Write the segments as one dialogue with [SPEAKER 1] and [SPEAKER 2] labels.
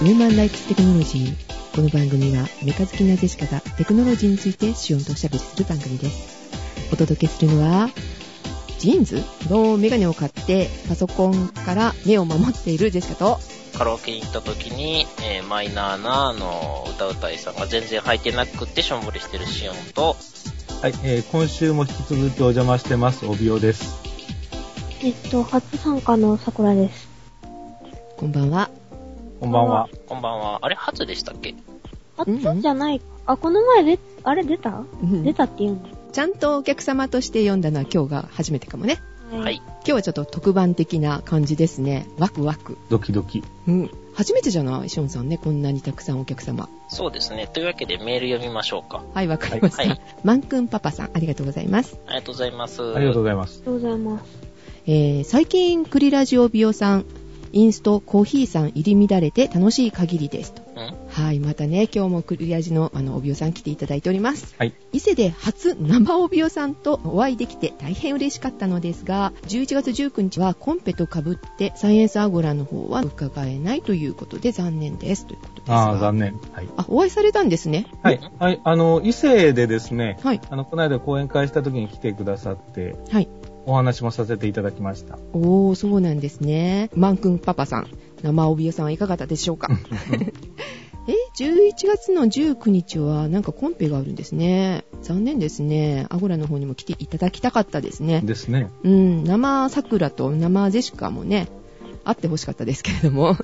[SPEAKER 1] ニューマンライフテクノロジー。この番組はメカ好きなジェシカがテクノロジーについて主音とおしゃべりする番組です。お届けするのは、ジーンズのメガネを買ってパソコンから目を守っているジェシカと、
[SPEAKER 2] カラオケ行った時に、えーマイナーなあの歌うたいさんが全然履いてなくてしょんぼりしてるシオンと、
[SPEAKER 3] はい、えー今週も引き続きお邪魔してます、おびおです。
[SPEAKER 4] えっと、初参加の桜です。
[SPEAKER 1] こんばんは。
[SPEAKER 3] こんばんは。
[SPEAKER 2] こんばんは。あれ、初でしたっけ
[SPEAKER 4] 初
[SPEAKER 1] うんうん
[SPEAKER 4] じゃない、あ、この前で、あれ出た
[SPEAKER 1] うん
[SPEAKER 4] 出たって言うんだ。
[SPEAKER 1] ちゃんとお客様として読んだのは今日が初めてかもね。
[SPEAKER 2] は。い。
[SPEAKER 1] 今日はちょっと特番的な感じですね。ワクワク。
[SPEAKER 3] ドキドキ。
[SPEAKER 1] うん。初めてじゃないシオンさんね、こんなにたくさんお客様。
[SPEAKER 2] そうですね。というわけでメール読みましょうか。
[SPEAKER 1] はい、わかりました。
[SPEAKER 2] はいはい
[SPEAKER 1] マンくんパパさん、ありがとうございます。
[SPEAKER 2] ありがとうございます。
[SPEAKER 3] ありがとう
[SPEAKER 2] う。
[SPEAKER 3] ございます。
[SPEAKER 4] ありがとうございます。
[SPEAKER 1] えー最近、クリラジオビオさん、インストコーヒーさん入り乱れて楽しい限りですと。
[SPEAKER 2] ん
[SPEAKER 1] はい、またね、今日もクリラジのあの、おびおさん来ていただいております。
[SPEAKER 3] はい。
[SPEAKER 1] 伊勢で初生おびおさんとお会いできて大変嬉しかったのですが、11月19日はコンペと被って、サイエンスアゴラの方は伺えないということで残念です。ということですが。
[SPEAKER 3] ああ、残念。はい。
[SPEAKER 1] あ、お会いされたんですね。
[SPEAKER 3] はい。はい、あの、伊勢でですね、
[SPEAKER 1] はい。
[SPEAKER 3] あの、この間講演会した時に来てくださって、
[SPEAKER 1] はい。
[SPEAKER 3] お話もさせていただきました。
[SPEAKER 1] おー、そうなんですね。マンくんパパさん、生おびえさんはいかがだったでしょうか え、11月の19日はなんかコンペがあるんですね。残念ですね。アゴラの方にも来ていただきたかったですね。
[SPEAKER 3] ですね。
[SPEAKER 1] うん、生桜と生ゼシカもね、あってほしかったですけれど も。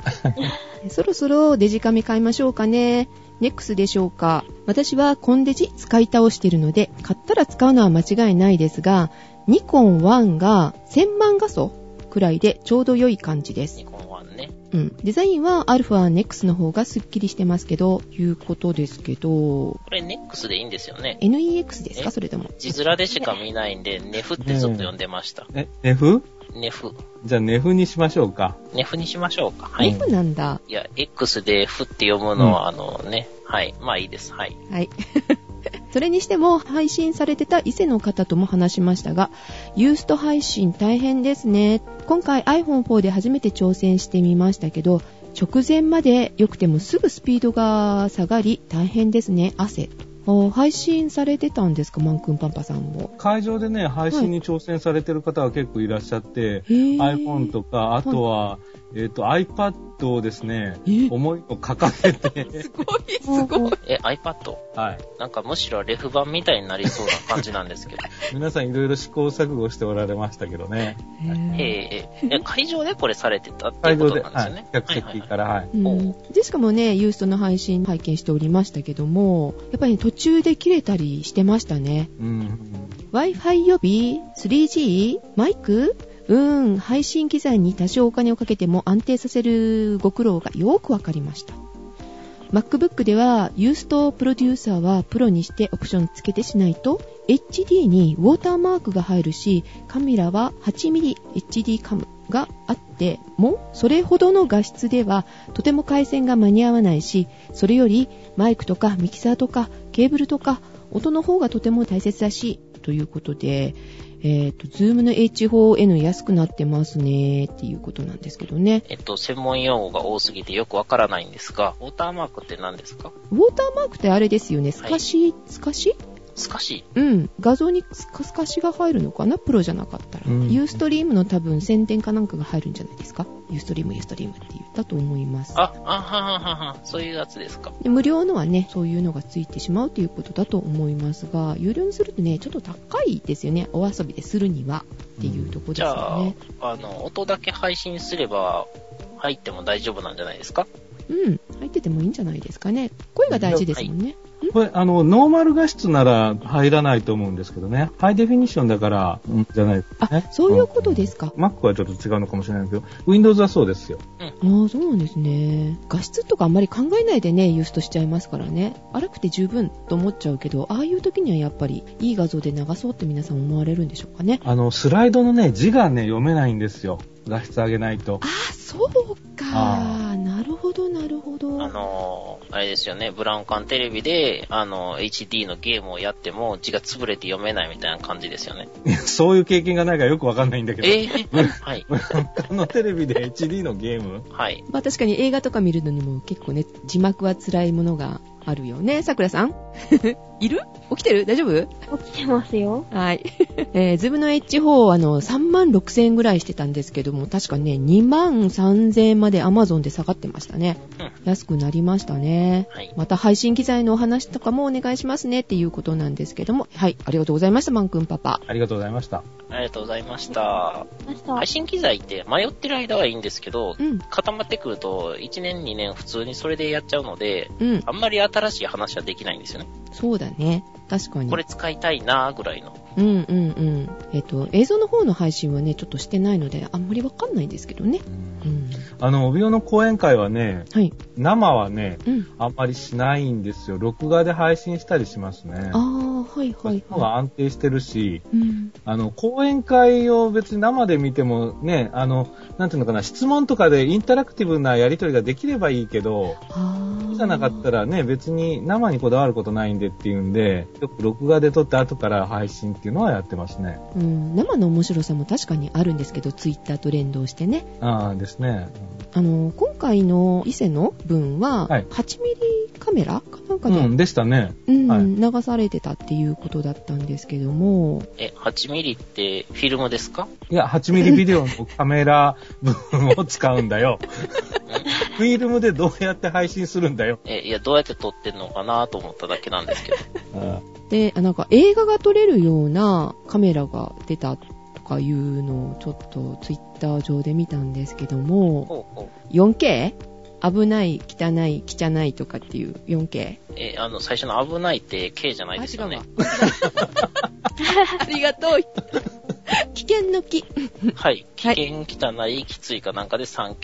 [SPEAKER 1] そろそろデジカメ買いましょうかね。ネックスでしょうか。私はコンデジ使い倒してるので、買ったら使うのは間違いないですが、ニコン1が1000万画素くらいでちょうど良い感じです。
[SPEAKER 2] ニコンワンね。
[SPEAKER 1] うん。デザインは α-NEX の方がスッキリしてますけど、いうことですけど、
[SPEAKER 2] これ、ネックスでいいんですよね。
[SPEAKER 1] NEX です
[SPEAKER 2] え
[SPEAKER 1] かそれとも。
[SPEAKER 2] 字面でしか見ないんで、ネフってちょっと呼んでました。
[SPEAKER 3] え、ネフ
[SPEAKER 2] ネフ。
[SPEAKER 3] じゃあ、ネフにしましょうか。
[SPEAKER 2] ネフにしましょうか。は。
[SPEAKER 1] はいい、
[SPEAKER 2] い
[SPEAKER 1] そうなんだ。
[SPEAKER 2] や、X でフって読むのは、あのね、はい。まあいいです。はい。
[SPEAKER 1] はい。 それにしても、配信されてた伊勢の方とも話しましたが、ユースト配信大変ですね。今回 iPhone4 で初めて挑戦してみましたけど、直前まで良くてもすぐスピードが下がり、大変ですね、汗。お配信されてたんですか、マンくんパンパさんも。
[SPEAKER 3] 会場でね、配信に挑戦されてる方は結構いらっしゃって、
[SPEAKER 1] へぇ
[SPEAKER 3] iPhone とか、あとは、えっ、と、iPad をですね、
[SPEAKER 1] え
[SPEAKER 3] 思いを掲げて、
[SPEAKER 1] すごい、す
[SPEAKER 4] うん
[SPEAKER 1] ご
[SPEAKER 4] う
[SPEAKER 1] い
[SPEAKER 4] ん。
[SPEAKER 2] え、iPad?
[SPEAKER 3] はい。
[SPEAKER 2] なんかむしろレフ版みたいになりそうな感じなんですけど。
[SPEAKER 3] 皆さんいろいろ試行錯誤しておられましたけどね。
[SPEAKER 1] へ
[SPEAKER 2] ええ え会場でこれされてたってい
[SPEAKER 3] 会
[SPEAKER 2] うこ
[SPEAKER 3] 場
[SPEAKER 2] と
[SPEAKER 3] で、
[SPEAKER 2] なんです
[SPEAKER 3] は
[SPEAKER 2] よね
[SPEAKER 3] い。、客席から、はい。
[SPEAKER 1] うん、でしかもね、ユーストの配信拝見しておりましたけども、やっぱり、ね、途中で切れたりしてましたね。
[SPEAKER 3] うん。
[SPEAKER 1] Wi-Fi 予備 ?3G? マイクうーん、配信機材に多少お金をかけても安定させるご苦労がよくわかりました。MacBook では、ユーストプロデューサーはプロにしてオプションつけてしないと、HD にウォーターマークが入るし、カメラは 8mmHD カムがあっても、それほどの画質ではとても回線が間に合わないし、それよりマイクとかミキサーとかケーブルとか音の方がとても大切だし、ということで、えっ、と、ズームの H4N 安くなってますね、っていうことなんですけどね。
[SPEAKER 2] えっと、専門用語が多すぎてよくわからないんですが、ウォーターマークって何ですか
[SPEAKER 1] ウォーターマークってあれですよね、透かし、透かし
[SPEAKER 2] スカシ
[SPEAKER 1] うん。画像にスカスカシが入るのかなプロじゃなかったら。
[SPEAKER 3] うん
[SPEAKER 1] ユーストリームの多分宣伝かなんかが入るんじゃないですかユーストリーム、ユーストリームって言ったと思います。
[SPEAKER 2] あ、あはははは、そういうやつですか。
[SPEAKER 1] で無料のはね、そういうのがついてしまうということだと思いますが、有料にするとね、ちょっと高いですよね。お遊びでするにはっていうとこです
[SPEAKER 2] じゃ
[SPEAKER 1] よ
[SPEAKER 2] あ
[SPEAKER 1] ね。、
[SPEAKER 2] あの、音だけ配信すれば、入っても大丈夫なんじゃないですか
[SPEAKER 1] うん。入っててもいいんじゃないですかね。声が大事ですもんね。
[SPEAKER 3] これ、あの、ノーマル画質なら入らないと思うんですけどね。ハイデフィニッションだから、うんじゃないですか
[SPEAKER 1] あ
[SPEAKER 3] ね、。
[SPEAKER 1] そういうことですか。
[SPEAKER 3] Mac はちょっと違うのかもしれないけど、Windows はそうですよ。
[SPEAKER 1] ああ、そうなんですね。画質とかあんまり考えないでね、ユーストしちゃいますからね。荒くて十分と思っちゃうけど、ああいう時にはやっぱりいい画像で流そうって皆さん思われるんでしょうかね。
[SPEAKER 3] あの、スライドのね、字がね、読めないんですよ。画質上げないと。
[SPEAKER 1] ああ、そうか。
[SPEAKER 3] あ
[SPEAKER 1] なるほど、なるほど。
[SPEAKER 2] あのー、あれですよね、ブラウン管テレビで、あの、HD のゲームをやっても字が潰れて読めないみたいな感じですよね。
[SPEAKER 5] そういう経験がないからよくわかんないんだけど。
[SPEAKER 2] えー、はい。
[SPEAKER 5] このテレビで HD のゲーム
[SPEAKER 2] はい。
[SPEAKER 1] まあ確かに映画とか見るのにも結構ね、字幕は辛いものがあるよね。桜さん いる起きてる大丈夫
[SPEAKER 4] 起きてますよ。
[SPEAKER 1] はい。 えー、ズームの H4、あの、3万6千円ぐらいしてたんですけども、確かね、2万3千円まで Amazon で下がってましたね。安くなりましたね。
[SPEAKER 2] はい。
[SPEAKER 1] また配信機材のお話とかもお願いしますねっていうことなんですけども、はい、ありがとうございました、マン君パパ。
[SPEAKER 5] ありがとうございました。
[SPEAKER 2] ありがとうございました。
[SPEAKER 4] ました。
[SPEAKER 2] 配信機材って迷ってる間はいいんですけど
[SPEAKER 1] う、ん、
[SPEAKER 2] 固まってくると、1年2年普通にそれでやっちゃうので、
[SPEAKER 1] うん、
[SPEAKER 2] あんまり新しい話はできないんですよね。
[SPEAKER 1] そうだね。確かに。
[SPEAKER 2] これ使いたいなーぐらいの。
[SPEAKER 1] うんうんうん。えっ、と、映像の方の配信はね、ちょっとしてないので、あんまりわかんないんですけどね。うん。
[SPEAKER 5] あの、帯尾の講演会はね、
[SPEAKER 1] はい。
[SPEAKER 5] 生はね、
[SPEAKER 1] うん。
[SPEAKER 5] あんまりしないんですよ。録画で配信したりしますね。
[SPEAKER 1] ああ、はい
[SPEAKER 5] そ
[SPEAKER 1] は
[SPEAKER 5] っち
[SPEAKER 1] い
[SPEAKER 5] の方が
[SPEAKER 1] は
[SPEAKER 5] 安定してるし、
[SPEAKER 1] い。うん。
[SPEAKER 5] あの、講演会を別に生で見てもね、あの、なんていうのかな、質問とかでインタラクティブなやりとりができればいいけど、
[SPEAKER 1] ああ。
[SPEAKER 5] じゃなかった
[SPEAKER 1] ら。
[SPEAKER 5] らね、別に生にこだわることないんでっていうんで、よく録画で撮って後から配信っていうのはやってますね。
[SPEAKER 1] うん。生の面白さも確かにあるんですけど、ツイッターと連動してね。
[SPEAKER 5] ああですね。
[SPEAKER 1] あの、今回の伊勢の分は、
[SPEAKER 5] はい
[SPEAKER 1] 8ミリカメラかなんか
[SPEAKER 5] う
[SPEAKER 1] で、
[SPEAKER 5] ん、でしたね。
[SPEAKER 1] うん
[SPEAKER 5] はい
[SPEAKER 1] 流されてたっていうことだったんですけども、
[SPEAKER 2] え、8ミリってフィルムですか
[SPEAKER 5] いや、8ミリビデオのカメラ分を使うんだ よ。フィルムでどうやって配信するんだよ。
[SPEAKER 2] え、いや、どうやって撮ってんのかなーと思っただけなんですけど。
[SPEAKER 5] あ
[SPEAKER 1] で、あなんか映画が撮れるようなカメラが出たとかいうのをちょっとツイッター上で見たんですけども、
[SPEAKER 2] ほうほ
[SPEAKER 1] 4K? 危ない、汚い、汚いとかっていう 4K?
[SPEAKER 2] う。え、あの、最初の危ないって K じゃないですよね。
[SPEAKER 1] ありがとう。危険の木。
[SPEAKER 2] はい。危
[SPEAKER 1] はい
[SPEAKER 2] 険、汚い、きついかなんかで 3K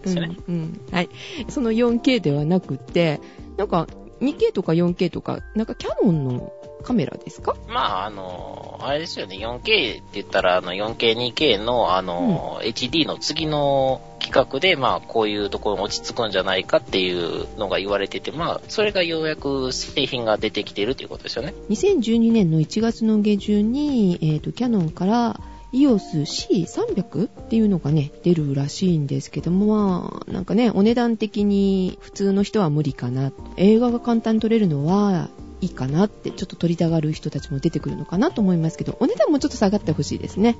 [SPEAKER 2] ですよね。
[SPEAKER 1] うん、うん。はい。その 4K ではなくて、なんか 2K とか 4K とか、なんかキャノンのカメラですか
[SPEAKER 2] まあ、あの、あれですよね、4K って言ったら、あの、4K、2K の、あの、HD の次の企画で、まあ、こういうところに落ち着くんじゃないかっていうのが言われてて、まあ、それがようやく製品が出てきてるということですよね。
[SPEAKER 1] 2012年の1月の下旬に、えー、とキャノンから EOSC300 っていうのがね出るらしいんですけどもまあなんかねお値段的に普通の人は無理かな映画が簡単に撮れるのはいいかなってちょっと撮りたがる人たちも出てくるのかなと思いますけどお値段もちょっと下がってほしいですね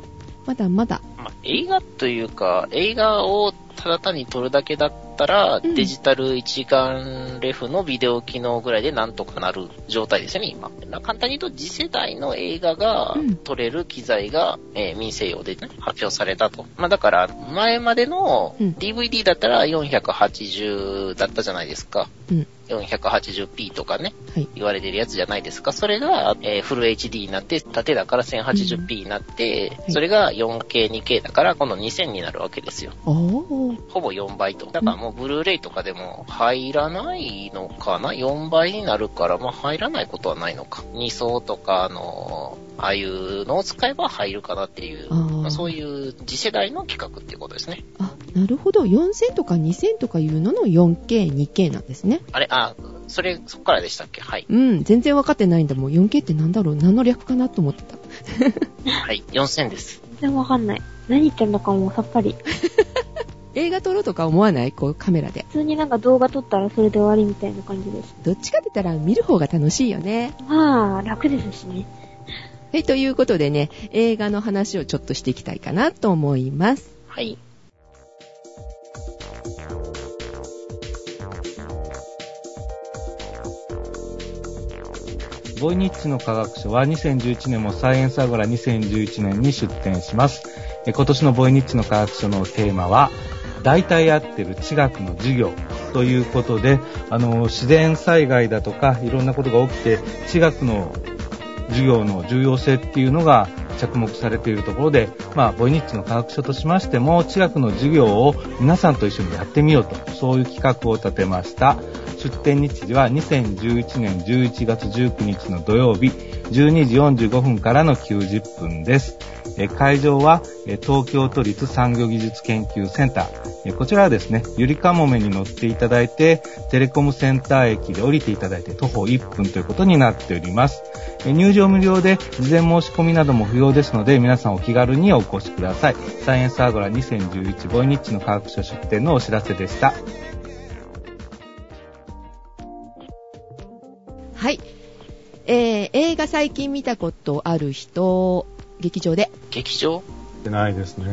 [SPEAKER 1] まだまだ
[SPEAKER 2] まあ、映画というか、映画をただ単に撮るだけだったら、
[SPEAKER 1] うん
[SPEAKER 2] デジタル一眼レフのビデオ機能ぐらいでなんとかなる状態ですよね、今。簡単に言うと、次世代の映画が
[SPEAKER 1] うん
[SPEAKER 2] 撮れる機材が、えー民生用で、ね、発表されたと。まあ、だから、前までの
[SPEAKER 1] うん
[SPEAKER 2] DVD だったら480だったじゃないですか。
[SPEAKER 1] うん
[SPEAKER 2] 480p とかね、
[SPEAKER 1] はい
[SPEAKER 2] 言われてるやつじゃないですか。それが、えーフル HD になって、縦だから 1080p になって、
[SPEAKER 1] うん
[SPEAKER 2] それが 4K、2K だから、この2000になるわけですよ。
[SPEAKER 1] ああ
[SPEAKER 2] ほぼ4倍と。だからもう、ブルーレイとかでも入らないのかな ?4 倍になるから、まあ入らないことはないのか。2層とか、あのーああいうのを使えば入るかなっていう、
[SPEAKER 1] あー
[SPEAKER 2] まあそういう次世代の企画っていうことですね。
[SPEAKER 1] あなるほど4000とか2000とかいうのの 4K2K なんですね
[SPEAKER 2] あれ、あ、それ、そっからでしたっけはい。
[SPEAKER 1] うん全然わかってないんだもん 4K ってなんだろう何の略かなと思ってた
[SPEAKER 2] はい、4000です。
[SPEAKER 4] 全然わかんない。何言ってんのかもうさっぱり。
[SPEAKER 1] 映画撮ろうとか思わないこうカメラで。
[SPEAKER 4] 普通になんか動画撮ったらそれで終わりみたいな感じです。
[SPEAKER 1] どっちかって言ったら見る方が楽しいよね。
[SPEAKER 4] まあ、楽ですしね。
[SPEAKER 1] はい、ということでね、映画の話をちょっとしていきたいかなと思います。
[SPEAKER 2] はい。
[SPEAKER 5] ボイニッチの科学書は2011年もサイエンスアゴラ2011年に出展します。え今年のボイニッチの科学書のテーマは、大体合ってる地学の授業ということで、あの、自然災害だとかいろんなことが起きて、地学の授業の重要性っていうのが着目されているところで、まあ、ボイニッチの科学書としましても、地学の授業を皆さんと一緒にやってみようと、そういう企画を立てました。出展日時は2011年11月19日の土曜日、12時45分からの90分です。え
[SPEAKER 3] えー会場は、えー東京都立産業技術研究センター。えーこちらはですね、ゆりかもめに乗っていただいて、テレコムセンター駅で降りていただいて徒歩1分ということになっております。えー入場無料で、事前申し込みなども不要ですので、皆さんお気軽にお越しください。サイエンスアゴラ2011ボイニッチの科学書出展のお知らせでした。
[SPEAKER 1] はい。えー、映画最近見たことある人、劇場で。
[SPEAKER 2] 劇場
[SPEAKER 5] てないですね。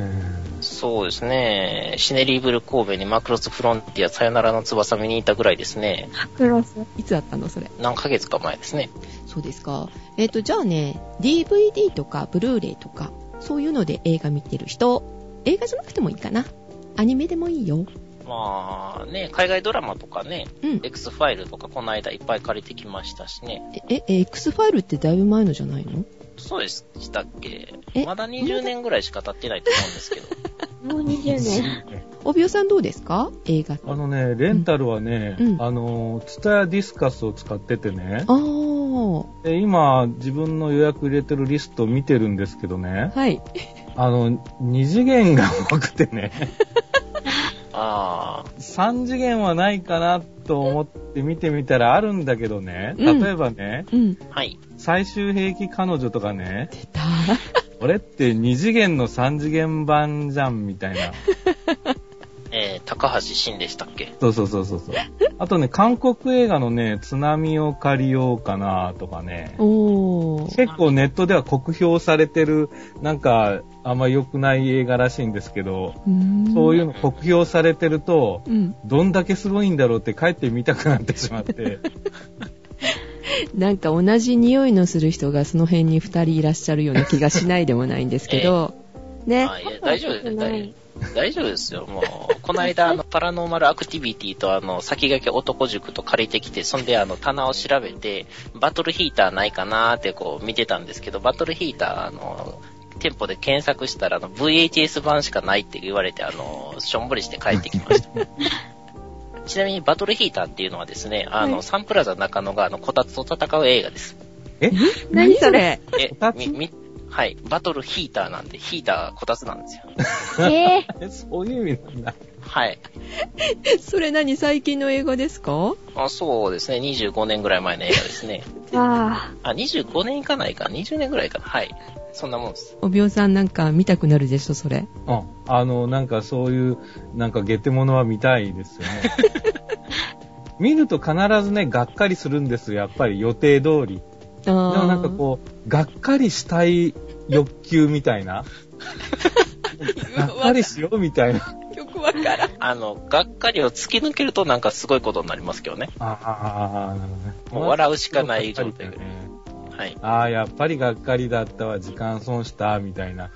[SPEAKER 2] そうですね。シネリーブル神戸にマクロスフロンティアさよならの翼見に行ったぐらいですね。
[SPEAKER 4] クロス。
[SPEAKER 1] いつだったのそれ。
[SPEAKER 2] 何ヶ月か前ですね。
[SPEAKER 1] そうですか。えっ、と、じゃあね、DVD とか、ブルーレイとか、そういうので映画見てる人、映画じゃなくてもいいかな。アニメでもいいよ。
[SPEAKER 2] まあね、海外ドラマとかね、
[SPEAKER 1] うん。
[SPEAKER 2] X ファイルとかこの間いっぱい借りてきましたしね。
[SPEAKER 1] え、え、え X ファイルってだいぶ前のじゃないの
[SPEAKER 2] そうでしたっけ
[SPEAKER 1] え
[SPEAKER 2] まだ20年ぐらいしか経ってないと思うんですけど。
[SPEAKER 4] もう20年。
[SPEAKER 1] おびおさんどうですか映画。
[SPEAKER 5] あのね、レンタルはね、
[SPEAKER 1] うん
[SPEAKER 5] あの、ツタヤディスカスを使っててね、
[SPEAKER 1] あー。
[SPEAKER 5] で今、自分の予約入れてるリストを見てるんですけどね、
[SPEAKER 1] はい。
[SPEAKER 5] あの、2次元が多くてね、
[SPEAKER 2] あ
[SPEAKER 5] 3次元はないかなと思って見てみたらあるんだけどね、
[SPEAKER 1] うん
[SPEAKER 5] 例えばね、
[SPEAKER 1] うん。
[SPEAKER 2] あ、はい。
[SPEAKER 5] 最終兵器彼女とかね、
[SPEAKER 1] 出た。
[SPEAKER 5] 俺って2次元の3次元版じゃんみたいな。
[SPEAKER 2] えー、高橋真でしたっけ
[SPEAKER 5] そうそうそうそうそう。あとね、韓国映画のね、津波を借りようかなとかね。
[SPEAKER 1] おー。
[SPEAKER 5] 結構ネットでは酷評されてる、なんか、あんま良くない映画らしいんですけど、
[SPEAKER 1] うーん
[SPEAKER 5] そういうの酷評されてると、
[SPEAKER 1] うん。
[SPEAKER 5] どんだけすごいんだろうって帰ってみたくなってし まって、
[SPEAKER 1] なんか同じ匂いのする人がその辺に二人いらっしゃるような気がしないでもないんですけど、ね。
[SPEAKER 2] あいや大丈夫です大。大丈夫ですよ。もう、この間、あの、パラノーマルアクティビティと、あの、先駆け男塾と借りてきて、そんで、あの、棚を調べて、バトルヒーターないかなーって、こう、見てたんですけど、バトルヒーター、あの、店舗で検索したら、あの、VHS 版しかないって言われて、あの、しょんぼりして帰ってきました。ちなみに、バトルヒーターっていうのはですね、あの、
[SPEAKER 4] はい
[SPEAKER 2] サンプラザ中野が、あの、こたつと戦う映画です。
[SPEAKER 1] 何それ
[SPEAKER 2] え
[SPEAKER 5] こた、つ
[SPEAKER 2] み、み、はい、バトルヒーターなんで、ヒーターがこたつなんですよ。
[SPEAKER 4] え
[SPEAKER 5] えそういう意味なんだ。
[SPEAKER 2] はい。
[SPEAKER 1] それ何最近の映画ですか
[SPEAKER 2] あそうですね。25年ぐらい前の映画です ね。
[SPEAKER 4] ぇ、わ
[SPEAKER 2] あ、25年いかないか。20年ぐらいかな。はい。そんなもんです。
[SPEAKER 1] おびおさんなんか見たくなるでしょ、それ。
[SPEAKER 5] あ、あの、なんかそういう、なんかゲテモノは見たいですよね。 見ると必ずね、がっかりするんですよ、やっぱり予定通り。
[SPEAKER 1] あでも
[SPEAKER 5] でもなんかこう、がっかりしたい欲求みたいな。がっか りしようみたい な。
[SPEAKER 1] う、曲わからん。
[SPEAKER 2] あの、がっかりを突き抜けるとなんかすごいことになりますけどね。
[SPEAKER 5] ああ、なるほどね。
[SPEAKER 2] もう笑うしかない状態
[SPEAKER 5] がっかりだね
[SPEAKER 2] はい。
[SPEAKER 5] ああ、やっぱりがっかりだったわ、時間損した、みたいな。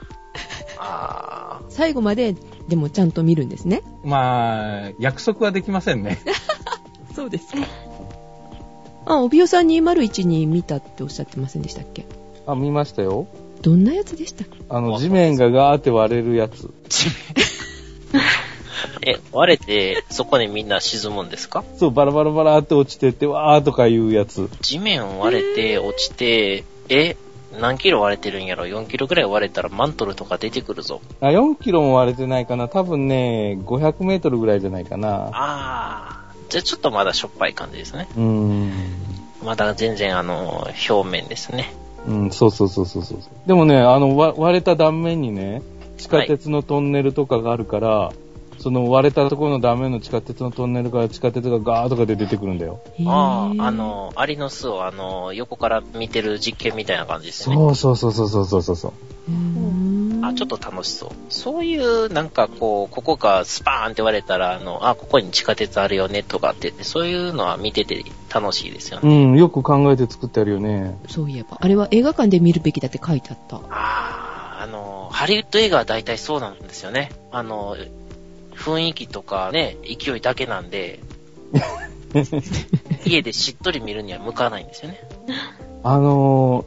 [SPEAKER 2] あ
[SPEAKER 1] 最後まで、でもちゃんと見るんですね。
[SPEAKER 5] まあ、約束はできませんね。
[SPEAKER 1] そうですか。あ、おびおさん201に見たっておっしゃってませんでしたっけ
[SPEAKER 3] あ、見ましたよ。
[SPEAKER 1] どんなやつでしたっけ
[SPEAKER 3] あ
[SPEAKER 2] わ
[SPEAKER 3] の、地面がガーって割れるやつ。
[SPEAKER 2] ーえ、割れて、そこにみんな沈むんですか
[SPEAKER 3] そう、バラバラバラって落ちてって、わーとかいうやつ。
[SPEAKER 2] 地面割れて、落ちて、え、何キロ割れてるんやろ ?4 キロぐらい割れたらマントルとか出てくるぞ。
[SPEAKER 3] あ、4キロも割れてないかな。多分ね、500メートルぐらいじゃないかな。
[SPEAKER 2] あー。じゃあちょっとまだしょっぱい感じですね。
[SPEAKER 3] うーん。
[SPEAKER 2] まだ全然あの、表面ですね。
[SPEAKER 3] うん、そうそうそうそうそう。でもね、あの、わ割れた断面にね、地下鉄のトンネルとかがあるから、その割れたところの断面の地下鉄のトンネルから地下鉄がガーとかで出てくるんだよ。
[SPEAKER 2] あ
[SPEAKER 1] へー
[SPEAKER 2] あ、あの、アリの巣をあの、横から見てる実験みたいな感じですね。
[SPEAKER 3] そうそうそうそうそうそうそう。
[SPEAKER 1] うーん
[SPEAKER 2] あ、ちょっと楽しそう。そういう、なんかこう、ここがスパーンって割れたら、あの、あ、ここに地下鉄あるよね、とかって言って、そういうのは見てて楽しいですよ
[SPEAKER 3] う
[SPEAKER 2] ね。
[SPEAKER 3] ん、よく考えて作ってあるよね。
[SPEAKER 1] そういえば。あれは映画館で見るべきだって書いてあった。
[SPEAKER 2] ああ、あの、ハリウッド映画は大体そうなんですよね。あの、雰囲気とかね、勢いだけなんで、家でしっとり見るには向かないんですよね。
[SPEAKER 3] あの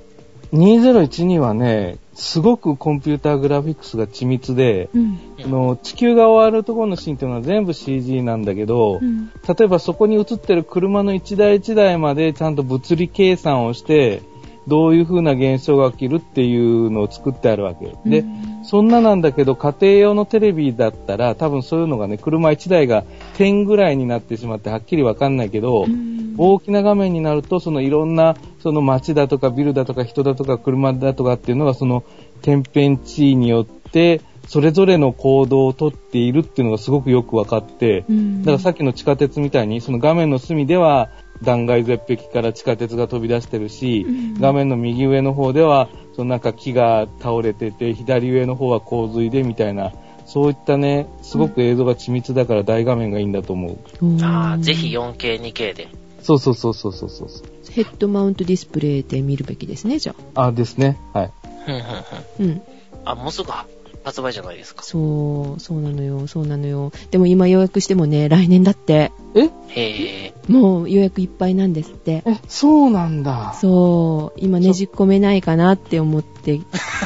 [SPEAKER 3] ー、2012はね、すごくコンピューターグラフィックスが緻密で、
[SPEAKER 4] うん。
[SPEAKER 3] あの地球が終わるところのシーンっていうのは全部 CG なんだけど、
[SPEAKER 4] うん。
[SPEAKER 3] 例えばそこに映ってる車の一台一台までちゃんと物理計算をして、
[SPEAKER 5] どういう風な現象が起きるっていうのを作ってあるわけ。で、
[SPEAKER 1] うん
[SPEAKER 5] そんななんだけど、家庭用のテレビだったら、多分そういうのがね、車1台が点ぐらいになってしまって、はっきりわかんないけど、
[SPEAKER 1] うん
[SPEAKER 5] 大きな画面になると、そのいろんな、その街だとかビルだとか人だとか車だとかっていうのが、その天変地異によって、それぞれの行動をとっているっていうのがすごくよくわかって、
[SPEAKER 1] うん
[SPEAKER 5] だからさっきの地下鉄みたいに、その画面の隅では断崖絶壁から地下鉄が飛び出してるし、
[SPEAKER 1] うん
[SPEAKER 5] 画面の右上の方では、そのなんか木が倒れてて、左上の方は洪水でみたいな、そういったね、すごく映像が緻密だから大画面がいいんだと思う。
[SPEAKER 2] ああ、ぜひ 4K、2K で。
[SPEAKER 5] そうそうそうそうそうそう。
[SPEAKER 1] ヘッドマウントディスプレイで見るべきですね、じゃあ。
[SPEAKER 5] あ、ですね。はい。
[SPEAKER 2] ふんふんふん。
[SPEAKER 1] うん。
[SPEAKER 2] あ、もうすぐ発売じゃないですか。
[SPEAKER 1] そう、そうなのよ、そうなのよ。でも今予約してもね、来年だって、
[SPEAKER 2] へえ。
[SPEAKER 1] もう予約いっぱいなんですって。
[SPEAKER 5] え、そうなんだ。
[SPEAKER 1] そう、今ねじ込めないかなって思って、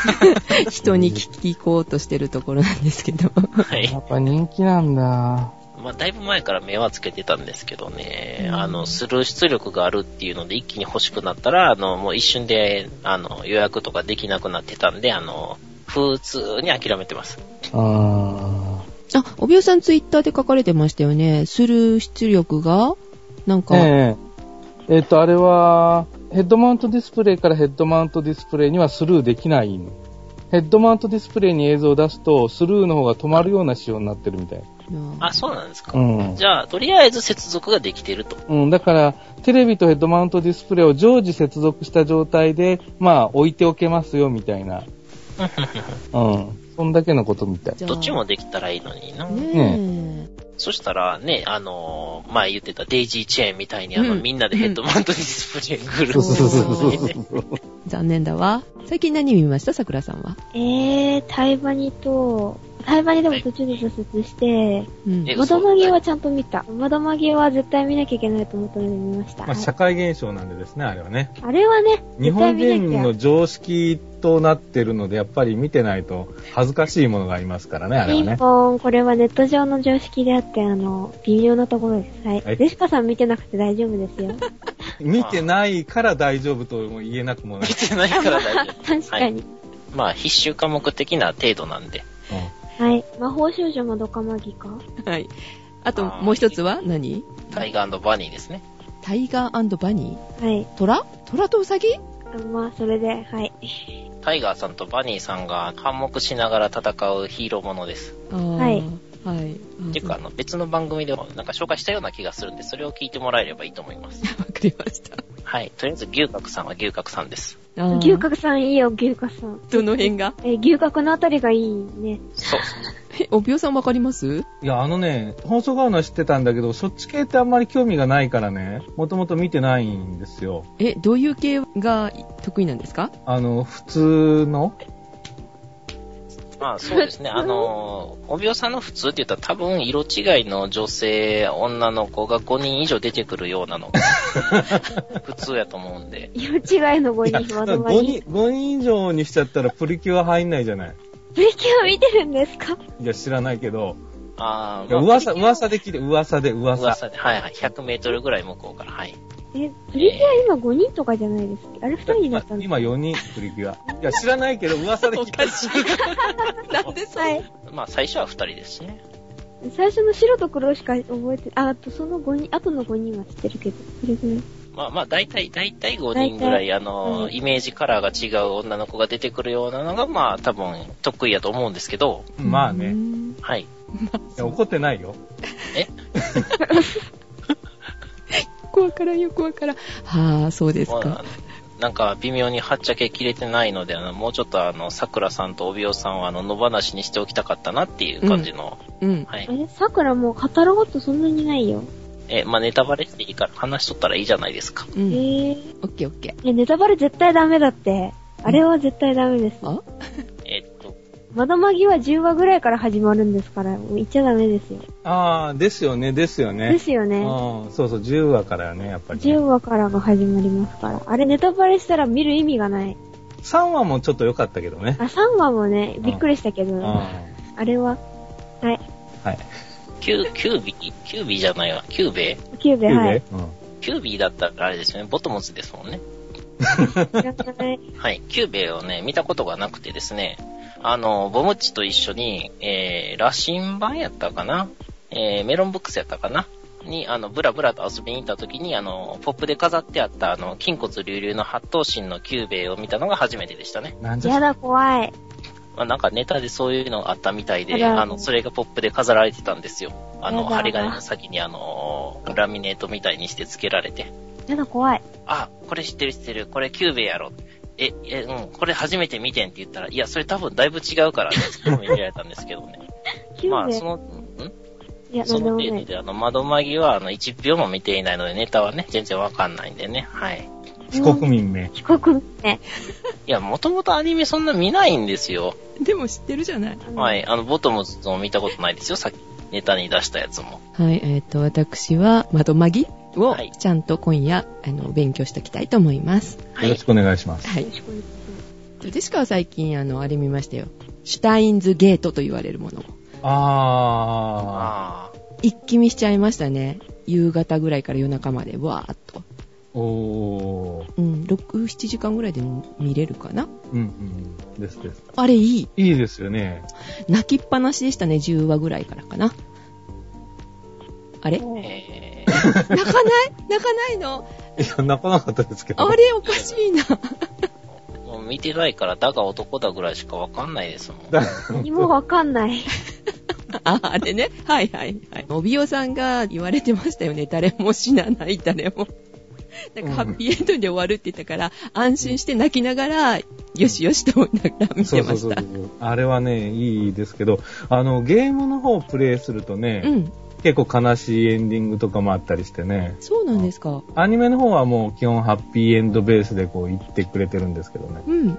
[SPEAKER 1] 人に聞こうとしてるところなんですけ ど。
[SPEAKER 2] はい
[SPEAKER 5] や。っぱ人気なんだ。
[SPEAKER 2] まあ、だいぶ前から目はつけてたんですけどね、
[SPEAKER 1] うん
[SPEAKER 2] あの、スルー出力があるっていうので一気に欲しくなったら、あの、もう一瞬で、あの、予約とかできなくなってたんで、あの、普通に諦めてます。
[SPEAKER 5] あ
[SPEAKER 1] あ、おびおさんツイッターで書かれてましたよね。する出力が、なん
[SPEAKER 5] ー。
[SPEAKER 1] か、
[SPEAKER 5] えええっと、あれは、ヘッドマウントディスプレイからヘッドマウントディスプレイにはスルーできないの。ヘッドマウントディスプレイに映像を出すと、スルーの方が止まるような仕様になってるみたい。
[SPEAKER 2] あ、そうなんですか。
[SPEAKER 5] うん
[SPEAKER 2] じゃあ、とりあえず接続ができてると。
[SPEAKER 5] うん、だから、テレビとヘッドマウントディスプレイを常時接続した状態で、まあ、置いておけますよ、みたい な。うん。そんだけのことみ たい。
[SPEAKER 1] じゃあ
[SPEAKER 2] どっちもできたらいいのにな。
[SPEAKER 1] ねえ。
[SPEAKER 2] そしたらね、あの、前言ってたデイジーチェーンみたいに、あの、
[SPEAKER 1] うん
[SPEAKER 2] みんなでヘッドマウントディスプレイグルー
[SPEAKER 1] そ
[SPEAKER 2] プ
[SPEAKER 1] うそう そう
[SPEAKER 2] してね
[SPEAKER 1] 残念だわ。最近何見ましたさくらさんは。
[SPEAKER 4] えー、タイバニと、タイバニでも途中で挫折して、
[SPEAKER 1] うん。
[SPEAKER 2] え
[SPEAKER 4] 窓曲げはちゃんと見た。窓曲げは絶対見なきゃいけないと思ったので見ました。
[SPEAKER 5] まあ、社会現象なんでですね、あれはね。
[SPEAKER 4] あれはね、
[SPEAKER 5] 日本人の
[SPEAKER 4] 絶
[SPEAKER 5] 常識となってるので、やっぱり見てないと恥ずかしいものがありますからね、あ
[SPEAKER 4] 対
[SPEAKER 5] れ
[SPEAKER 4] 見
[SPEAKER 5] は
[SPEAKER 4] なきゃ。ピン
[SPEAKER 5] ね。
[SPEAKER 4] ポン、これはネット上の常識であって、あの、微妙なところです。はい。
[SPEAKER 5] はい
[SPEAKER 4] デシカさん見てなくて大丈夫です よ。
[SPEAKER 5] 見てないから大丈夫とも言えなくもない。
[SPEAKER 2] 見てないから大丈
[SPEAKER 4] 確かに。
[SPEAKER 2] 夫。まあ、必修科目的な程度なんで。
[SPEAKER 4] はい。魔法少女まどかまぎか
[SPEAKER 1] はい。あと、もう一つは何
[SPEAKER 2] タイガーバニーですね。
[SPEAKER 1] タイガーバニー
[SPEAKER 4] はい。
[SPEAKER 1] トラトラとウサギ
[SPEAKER 4] あまあ、それで、はい。
[SPEAKER 2] タイガーさんとバニーさんが反目しながら戦うヒーローものです。
[SPEAKER 1] あー
[SPEAKER 4] はい。
[SPEAKER 1] はい。
[SPEAKER 2] って いうか、あの、別の番組でもなんか紹介したような気がするんで、それを聞いてもらえればいいと思います。
[SPEAKER 1] わかりました。
[SPEAKER 2] はい。とりあえず、牛角さんは牛角さんです。
[SPEAKER 1] あー
[SPEAKER 4] 牛角さんいいよ、牛角さん。
[SPEAKER 1] どの辺が
[SPEAKER 4] え、牛角のあたりがいいね。
[SPEAKER 2] そう。
[SPEAKER 1] え、おびおさんわかります
[SPEAKER 5] いや、あのね、放送があるのは知ってたんだけど、そっち系ってあんまり興味がないからね、もともと見てないんですよ。
[SPEAKER 1] え、どういう系が得意なんですか
[SPEAKER 5] あの、普通の
[SPEAKER 2] まあ、そうですね。 あの、おびおさんの普通って言ったら多分、色違いの女性、女の子が5人以上出てくるような のが普通やと思うんで。
[SPEAKER 4] 色違いの
[SPEAKER 5] い
[SPEAKER 4] 5
[SPEAKER 5] や
[SPEAKER 4] 人、
[SPEAKER 5] だ
[SPEAKER 4] ま
[SPEAKER 5] から
[SPEAKER 4] どま
[SPEAKER 5] 5
[SPEAKER 4] ぎ
[SPEAKER 5] 人、。5人以上にしちゃったらプリキュア入んないじゃない。
[SPEAKER 4] プリキュア見てるんですか
[SPEAKER 5] いや、知らないけど、
[SPEAKER 2] あ
[SPEAKER 5] い
[SPEAKER 2] ー、
[SPEAKER 5] や
[SPEAKER 2] まあ、
[SPEAKER 5] 噂、噂で聞いて、噂で、噂。
[SPEAKER 2] 噂で、はいはい。100メートルぐらい向こうから、はい。
[SPEAKER 4] え、プリキュア今5人とかじゃないですかあれ2人だ
[SPEAKER 5] 今
[SPEAKER 4] ったんです
[SPEAKER 5] 今4人、プリキュア。いや、知らないけど、噂で聞いた。
[SPEAKER 1] なんでそ
[SPEAKER 4] は
[SPEAKER 1] れ
[SPEAKER 4] い。
[SPEAKER 2] まあ、最初は2人ですしね。
[SPEAKER 4] 最初の白と黒しか覚えて、あ、あとその5人、あとの5人は知ってるけど、それぐらい。
[SPEAKER 2] まあまあ、大体、大体5人ぐら
[SPEAKER 4] 大
[SPEAKER 2] い、
[SPEAKER 4] 体
[SPEAKER 2] あの、
[SPEAKER 4] うん
[SPEAKER 2] イメージカラーが違う女の子が出てくるようなのが、まあ、多分、得意やと思うんですけど、
[SPEAKER 5] まあね。
[SPEAKER 2] はい。
[SPEAKER 5] いや怒ってないよ。
[SPEAKER 2] え
[SPEAKER 1] 怖からんよ、怖からん。はあ、そうです
[SPEAKER 2] まあ
[SPEAKER 1] か。
[SPEAKER 2] なんか、微妙にはっちゃけ切れてないので、あの、もうちょっと、あの、桜さんと帯尾さんは、あの、野放しにしておきたかったなっていう感じの、
[SPEAKER 1] うん。
[SPEAKER 2] は
[SPEAKER 4] あ
[SPEAKER 2] い。
[SPEAKER 4] れ桜もう語ることそんなにないよ。
[SPEAKER 2] え、まあ、ネタバレしていいから話しとったらいいじゃないですか。
[SPEAKER 1] う
[SPEAKER 4] え
[SPEAKER 1] ん。
[SPEAKER 4] ー、
[SPEAKER 1] オッケーオッケ
[SPEAKER 4] え、ネタバレ絶対ダメだって。あれは絶対ダメです。
[SPEAKER 1] ー。あ
[SPEAKER 2] えっと、
[SPEAKER 4] 窓まぎは10話ぐらいから始まるんですから、もう言っちゃダメですよ。
[SPEAKER 5] ああ、ですよね、ですよね。
[SPEAKER 4] ですよね。
[SPEAKER 5] うんそうそう、10話からね、やっぱりね、
[SPEAKER 4] 10話からが始まりますから。あれネタバレしたら見る意味がない。
[SPEAKER 5] 3話もちょっと良かったけどね
[SPEAKER 4] あ、。3話もね、
[SPEAKER 5] ん
[SPEAKER 4] びっくりしたけど、
[SPEAKER 5] うん
[SPEAKER 4] あれは、はい。
[SPEAKER 5] はい。
[SPEAKER 2] キュー、キュービー、キュービーじゃないわ、キューベイ
[SPEAKER 4] キューベ、はい。
[SPEAKER 5] うん
[SPEAKER 2] キュービーだったらあれですよね、ボトムズですもんね。
[SPEAKER 4] 知らない。
[SPEAKER 2] はい、キューベをね、見たことがなくてですね、あの、ボムッチと一緒に、えー、羅針盤やったかなえー、メロンブックスやったかなに、あの、ブラブラと遊びに行った時に、あの、ポップで飾ってあった、あの、筋骨隆々の八頭身のキューベを見たのが初めてでしたね。
[SPEAKER 5] なんじゃ
[SPEAKER 4] やだ、怖い。
[SPEAKER 2] まあ、なんかネタでそういうのがあったみたい
[SPEAKER 4] あ
[SPEAKER 2] で、
[SPEAKER 4] ら
[SPEAKER 2] あの、それがポップで飾られてたんですよ。あ
[SPEAKER 4] や
[SPEAKER 2] の、
[SPEAKER 4] だ
[SPEAKER 2] 針金の先にあの、ラミネートみたいにして付けられて。
[SPEAKER 4] やだ、怖い。
[SPEAKER 2] あ、これ知ってる知ってる、これキューベやろ。え、え、うん、これ初めて見てんって言ったら、いや、それ多分だいぶ違うからね、ツッコミ入れられたんですけどね。
[SPEAKER 4] キュ
[SPEAKER 2] ま
[SPEAKER 4] ー
[SPEAKER 2] あ、
[SPEAKER 4] ベ
[SPEAKER 2] その、ん
[SPEAKER 4] いや、な
[SPEAKER 2] そ
[SPEAKER 4] んで
[SPEAKER 2] の
[SPEAKER 4] もな
[SPEAKER 2] 程度
[SPEAKER 4] い。
[SPEAKER 2] で、あの、窓間際は、あの、1秒も見ていないので、ネタはね、全然わかんないんでね、はい。
[SPEAKER 5] 非国民名。
[SPEAKER 4] 帰国ね。
[SPEAKER 2] いや、もともとアニメそんな見ないんですよ。
[SPEAKER 1] でも知ってるじゃない。
[SPEAKER 2] は。い、あの、ボトムズも見たことないですよ、さっきネタに出したやつも。
[SPEAKER 1] はい、えっ、と、私は、窓まぎを
[SPEAKER 2] はい
[SPEAKER 1] ちゃんと今夜、あの、勉強しておきたいと思います。
[SPEAKER 2] は
[SPEAKER 5] よろ
[SPEAKER 2] い
[SPEAKER 5] し。くお願いします。
[SPEAKER 1] は
[SPEAKER 4] よ
[SPEAKER 1] い
[SPEAKER 4] ろ。しくお願いしま
[SPEAKER 1] ジ
[SPEAKER 4] す
[SPEAKER 1] ェシカは最近、あの、あれ見ましたよ。シュタインズゲートと言われるもの。
[SPEAKER 5] あ
[SPEAKER 2] あ
[SPEAKER 1] 一気見しちゃいましたね。夕方ぐらいから夜中まで、わーっと。
[SPEAKER 5] ー。お
[SPEAKER 1] う
[SPEAKER 5] ー。
[SPEAKER 1] ん、6、7時間ぐらいで見れるかな。
[SPEAKER 5] うんうん。ですです。
[SPEAKER 1] あれいい。
[SPEAKER 5] いいですよね。
[SPEAKER 1] 泣きっぱなしでしたね、10話ぐらいからかな。あれ
[SPEAKER 4] お
[SPEAKER 2] あ、
[SPEAKER 4] う。
[SPEAKER 2] え
[SPEAKER 1] 泣かない泣かないの
[SPEAKER 5] いや、泣かなかったですけど。
[SPEAKER 1] あれおかしいな。
[SPEAKER 2] ー、もう見てないから、だが男だぐらいしかわかんないですもん。
[SPEAKER 5] だ
[SPEAKER 4] 何もわか んない。
[SPEAKER 1] あ、あれね。はいはいはい。おびおさんが言われてましたよね。誰も死なない、誰も。なんかハッピーエンドで終わるって言ったから、安心して泣きながら、よしよしと思いながら見
[SPEAKER 5] そ
[SPEAKER 1] て
[SPEAKER 5] うそ
[SPEAKER 1] ま
[SPEAKER 5] う
[SPEAKER 1] し
[SPEAKER 5] そう
[SPEAKER 1] た。
[SPEAKER 5] そう。あれはね、いいですけど、あの、ゲームの方をプレイするとね、
[SPEAKER 1] うん。
[SPEAKER 5] 結構悲しいエンディングとかもあったりしてね、
[SPEAKER 1] そうなんですか。
[SPEAKER 5] アニメの方はもう基本ハッピーエンドベースでこう言ってくれてるんですけどね、
[SPEAKER 1] うん。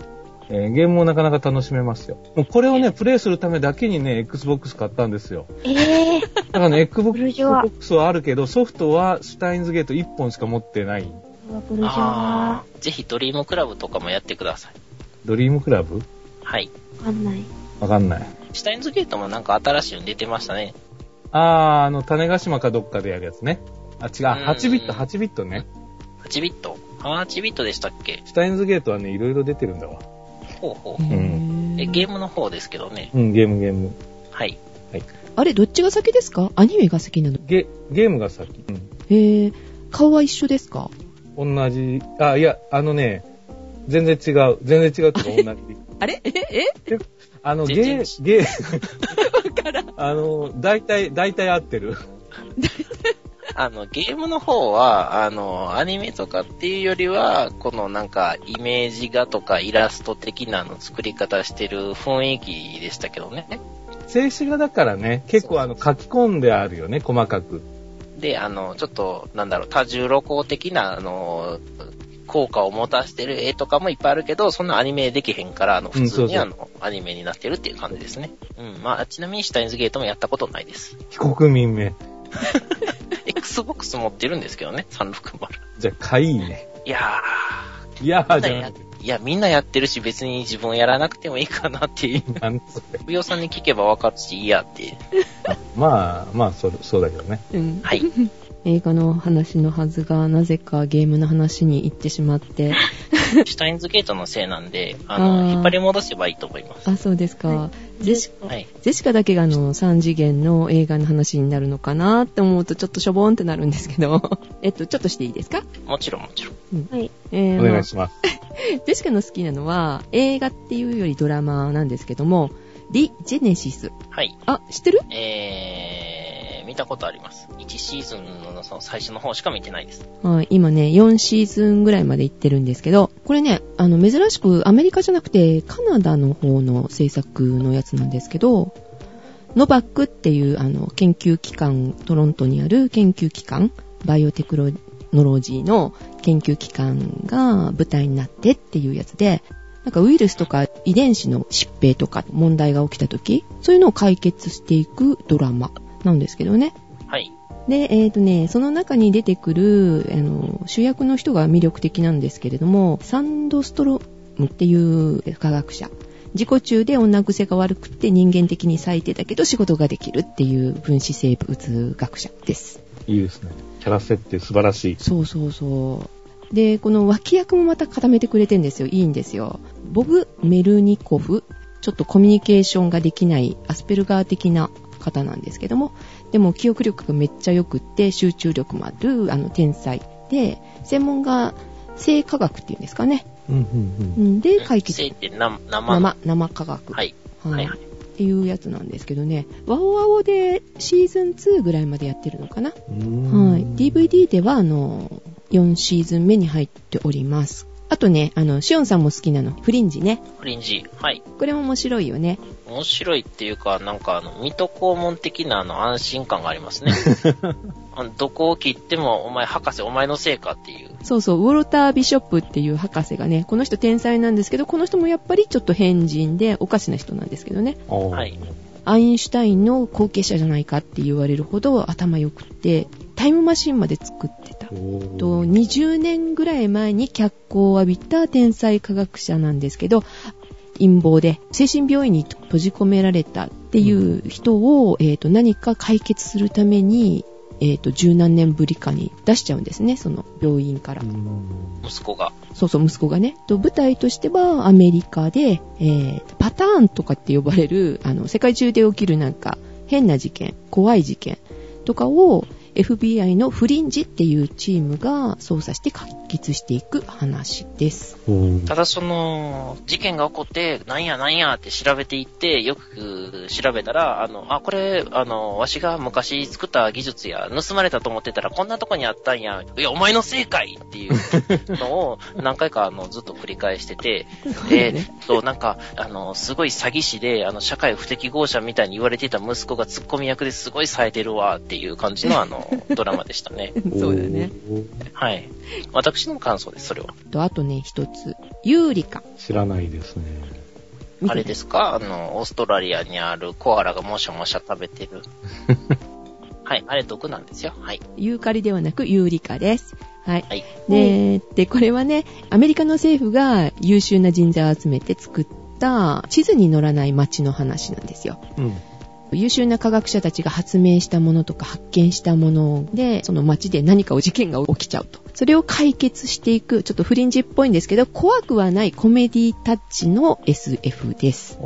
[SPEAKER 5] えーゲームもなかなか楽しめますよ。もうこれをね、プレイするためだけにね、Xbox 買ったんですよ。
[SPEAKER 4] ええ
[SPEAKER 5] だから ね、
[SPEAKER 4] ブルジョワ
[SPEAKER 5] Xbox はあるけど、ソフトはシュタインズゲート1本しか持ってない。
[SPEAKER 4] うわブルジョ
[SPEAKER 2] あ
[SPEAKER 4] ワ
[SPEAKER 2] ー、ぜひドリームクラブとかもやってください。
[SPEAKER 5] ドリームクラブ
[SPEAKER 2] はい。
[SPEAKER 4] わかんない。
[SPEAKER 5] わかんない。
[SPEAKER 2] シュタインズゲートもなんか新しいの出てましたね。
[SPEAKER 5] あー、あの、種ヶ島かどっかでやるやつね。あ、違う、あ8ビット、8ビットね。
[SPEAKER 2] 8ビット ?8 ビットでしたっけ
[SPEAKER 5] シュタインズゲートはね、いろいろ出てるんだわ。
[SPEAKER 2] ほうほ
[SPEAKER 1] へ
[SPEAKER 2] う。
[SPEAKER 1] ー
[SPEAKER 2] え、ゲームの方ですけどね。
[SPEAKER 5] うん、ゲームゲーム。
[SPEAKER 2] はい。
[SPEAKER 1] あれ、どっちが先ですかアニメが先なの。
[SPEAKER 5] ゲ、ゲームが先。うん。
[SPEAKER 1] へー顔は一緒ですか
[SPEAKER 5] 同じ、あ、いや、あのね、全然違う。全然違うっていうか同じ。
[SPEAKER 1] あれええ
[SPEAKER 5] あの、ゲ
[SPEAKER 2] 全然
[SPEAKER 5] ー、ゲー、
[SPEAKER 1] わからん。
[SPEAKER 5] あの、大体、大体合ってる。
[SPEAKER 2] あの、ゲームの方は、あの、アニメとかっていうよりは、このなんか、イメージ画とかイラスト的なの作り方してる雰囲気でしたけどね。
[SPEAKER 5] 静止画だからね、結構あの、書き込んであるよね、細かく。
[SPEAKER 2] で、あの、ちょっと、なんだろう、多重露光的な、あの、効果を持たしてる絵とかもいっぱいあるけど、そんなアニメできへんから、あの、
[SPEAKER 5] う
[SPEAKER 2] 普通
[SPEAKER 5] ん
[SPEAKER 2] に
[SPEAKER 5] そうそう
[SPEAKER 2] あの、アニメになってるっていう感じですね。うん、まあ、ちなみにシュタインズゲートもやったことない です。
[SPEAKER 5] 非国民名。
[SPEAKER 2] Xbox 持ってるんですけどね、360。
[SPEAKER 5] じゃあ、かいいね。
[SPEAKER 2] いや
[SPEAKER 5] いや
[SPEAKER 2] ー、
[SPEAKER 5] ー、じゃなくて。
[SPEAKER 2] いや、みんなやってるし、別に自分やらなくてもいいかなっていう。
[SPEAKER 5] なんだそれ。
[SPEAKER 2] 不要さんに聞けばわかるし、いいやって。
[SPEAKER 5] まあ、まあ、それ、そうだけどね。
[SPEAKER 1] うん。
[SPEAKER 2] はい。
[SPEAKER 1] 映画の話のはずが、なぜかゲームの話に行ってしまって。
[SPEAKER 2] シュタインズゲートのせいなんで、あ
[SPEAKER 1] あ
[SPEAKER 2] の、
[SPEAKER 1] ー
[SPEAKER 2] 引っ張り戻せばいいと思います。
[SPEAKER 1] あ、そうですか。
[SPEAKER 4] は
[SPEAKER 1] ジェシカ、
[SPEAKER 2] はい。
[SPEAKER 1] ジェシカだけがあの、3次元の映画の話になるのかなって思うと、ちょっとしょぼんってなるんですけど。 えっと、ちょっとしていいですか
[SPEAKER 2] もちろんもちろん。
[SPEAKER 4] はい。
[SPEAKER 1] えー
[SPEAKER 5] お願いします。
[SPEAKER 1] まあジェシカの好きなのは、映画っていうよりドラマなんですけども、リ・ジェネシス。
[SPEAKER 2] はい。
[SPEAKER 1] あ、知ってる
[SPEAKER 2] えー、見たことあります。1シーズンのその最初の方しか見てないです。
[SPEAKER 1] はい、今ね、4シーズンぐらいまで行ってるんですけど、これね、あの、珍しくアメリカじゃなくて、カナダの方の制作のやつなんですけど、ノバックっていう、あの、研究機関、トロントにある研究機関、バイオテクノロジーの研究機関が舞台になってっていうやつで、なんかウイルスとか遺伝子の疾病とか問題が起きた時、そういうのを解決していくドラマなんですけどね。
[SPEAKER 2] はい。
[SPEAKER 1] で、えっ、とね、その中に出てくる、あの、主役の人が魅力的なんですけれども、サンドストロムっていう科学者。自己中で女癖が悪くって人間的に最低だけど仕事ができるっていう分子生物学者です。
[SPEAKER 5] いいですね。キャラ設定素晴らしい。
[SPEAKER 1] そうそうそう。で、この脇役もまた固めてくれてんですよ。いいんですよ。ボブ・メルニコフ。ちょっとコミュニケーションができないアスペルガー的な方なんですけども、でも記憶力がめっちゃ良くって集中力もある、あの、天才で、専門が生科学っていうんですかね。
[SPEAKER 5] うんうんうん。
[SPEAKER 1] うんで、解決。
[SPEAKER 2] 生って生、生
[SPEAKER 1] 生、
[SPEAKER 2] の。
[SPEAKER 1] 生科学。
[SPEAKER 2] はい。
[SPEAKER 1] はい
[SPEAKER 2] はいはい
[SPEAKER 1] っていうやつなんですけどね、ワオワオでシーズン2ぐらいまでやってるのかな。はい。DVD では、あの、4シーズン目に入っております。あとね、あの、シオンさんも好きなの、フリンジね。
[SPEAKER 2] フリンジ。はい。
[SPEAKER 1] これも面白いよね。
[SPEAKER 2] 面白いっていうか、なんかあの、水戸黄門的なあの、安心感がありますね。あのどこを切っても、お前博士、お前のせいかっていう。
[SPEAKER 1] そうそう、ウォルター・ビショップっていう博士がね、この人天才なんですけど、この人もやっぱりちょっと変人でおかしな人なんですけどね。
[SPEAKER 5] は
[SPEAKER 2] はいい。
[SPEAKER 1] アインシュタインの後継者じゃないかって言われるほど頭良くって、タイムマシンまで作ってた。と20年ぐらい前に脚光を浴びた天才科学者なんですけど陰謀で精神病院に閉じ込められたっていう人を、えー、と何か解決するために、えー、と十何年ぶりかに出しちゃうんですねその病院から、
[SPEAKER 2] 息子が。
[SPEAKER 1] そうそう息子がねと舞台としてはアメリカで、えーパターンとかって呼ばれるあの世界中で起きるなんか変な事件怖い事件とかを FBI のフリンジっていうチームが捜査して解決していく話です。
[SPEAKER 2] ただその、事件が起こって、なんやなんやって調べていって、よく調べたら、あの、あ、これ、あの、わしが昔作った技術や、盗まれたと思ってたら、こんなとこにあったんや、いや、お前のせいかいっていうのを、何回か、あの、ずっと繰り返してて、で、そう、なんか、あの、すごい詐欺師で、あの、社会不適合者みたいに言われていた息子がツッコミ役ですごい冴えてるわ、っていう感じの、あの、ドラマでしたね。
[SPEAKER 1] そうだね。。
[SPEAKER 2] はい。私の感想です、それは。
[SPEAKER 1] と、あとね、一つ。ユーリカ。
[SPEAKER 5] 知らないですね。
[SPEAKER 1] 見て
[SPEAKER 2] あれですかあの、オーストラリアにあるコアラがもしゃもしゃ食べて る。はい、あれ毒なんですよ。はい。
[SPEAKER 1] ユーカリではなくユーリカです。はい。
[SPEAKER 2] はい。
[SPEAKER 1] で、で、これはね、アメリカの政府が優秀な人材を集めて作った地図に載らない街の話なんですよ。
[SPEAKER 5] うん。
[SPEAKER 1] 優秀な科学者たちが発明したものとか発見したもので、その街で何かを事件が起きちゃうと。それを解決していく、ちょっとフリンジっぽいんですけど、怖くはないコメディタッチの SF です。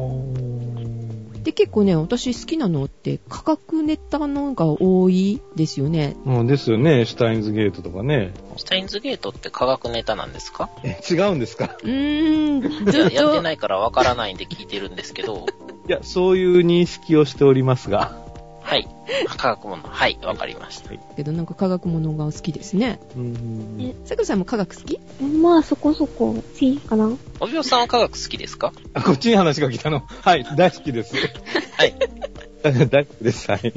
[SPEAKER 1] で、結構ね、私好きなのって価格ネタのが多いですよね。
[SPEAKER 5] うん、ですよね、シュタインズゲートとかね。
[SPEAKER 2] スタインズゲートって科学ネタなんですか
[SPEAKER 5] え、違うんですか
[SPEAKER 1] うーん、
[SPEAKER 2] い
[SPEAKER 1] ず
[SPEAKER 2] や
[SPEAKER 1] っ
[SPEAKER 2] やって
[SPEAKER 1] と。
[SPEAKER 2] ないからわからないんで聞いてるんですけど、
[SPEAKER 5] いや、そういう認識をしておりますが。
[SPEAKER 2] はい。科学もの。はい、わかりました。
[SPEAKER 1] けどなんか科学ものが好きですね。
[SPEAKER 5] うん。
[SPEAKER 1] さくらさんも科学好き
[SPEAKER 4] まあ、そこそこ、好きかな。
[SPEAKER 2] おびおさんは科学好きですか
[SPEAKER 5] あ、こっちに話が来たの。はい、大好きです。
[SPEAKER 2] はい。
[SPEAKER 5] 大好きです。はい。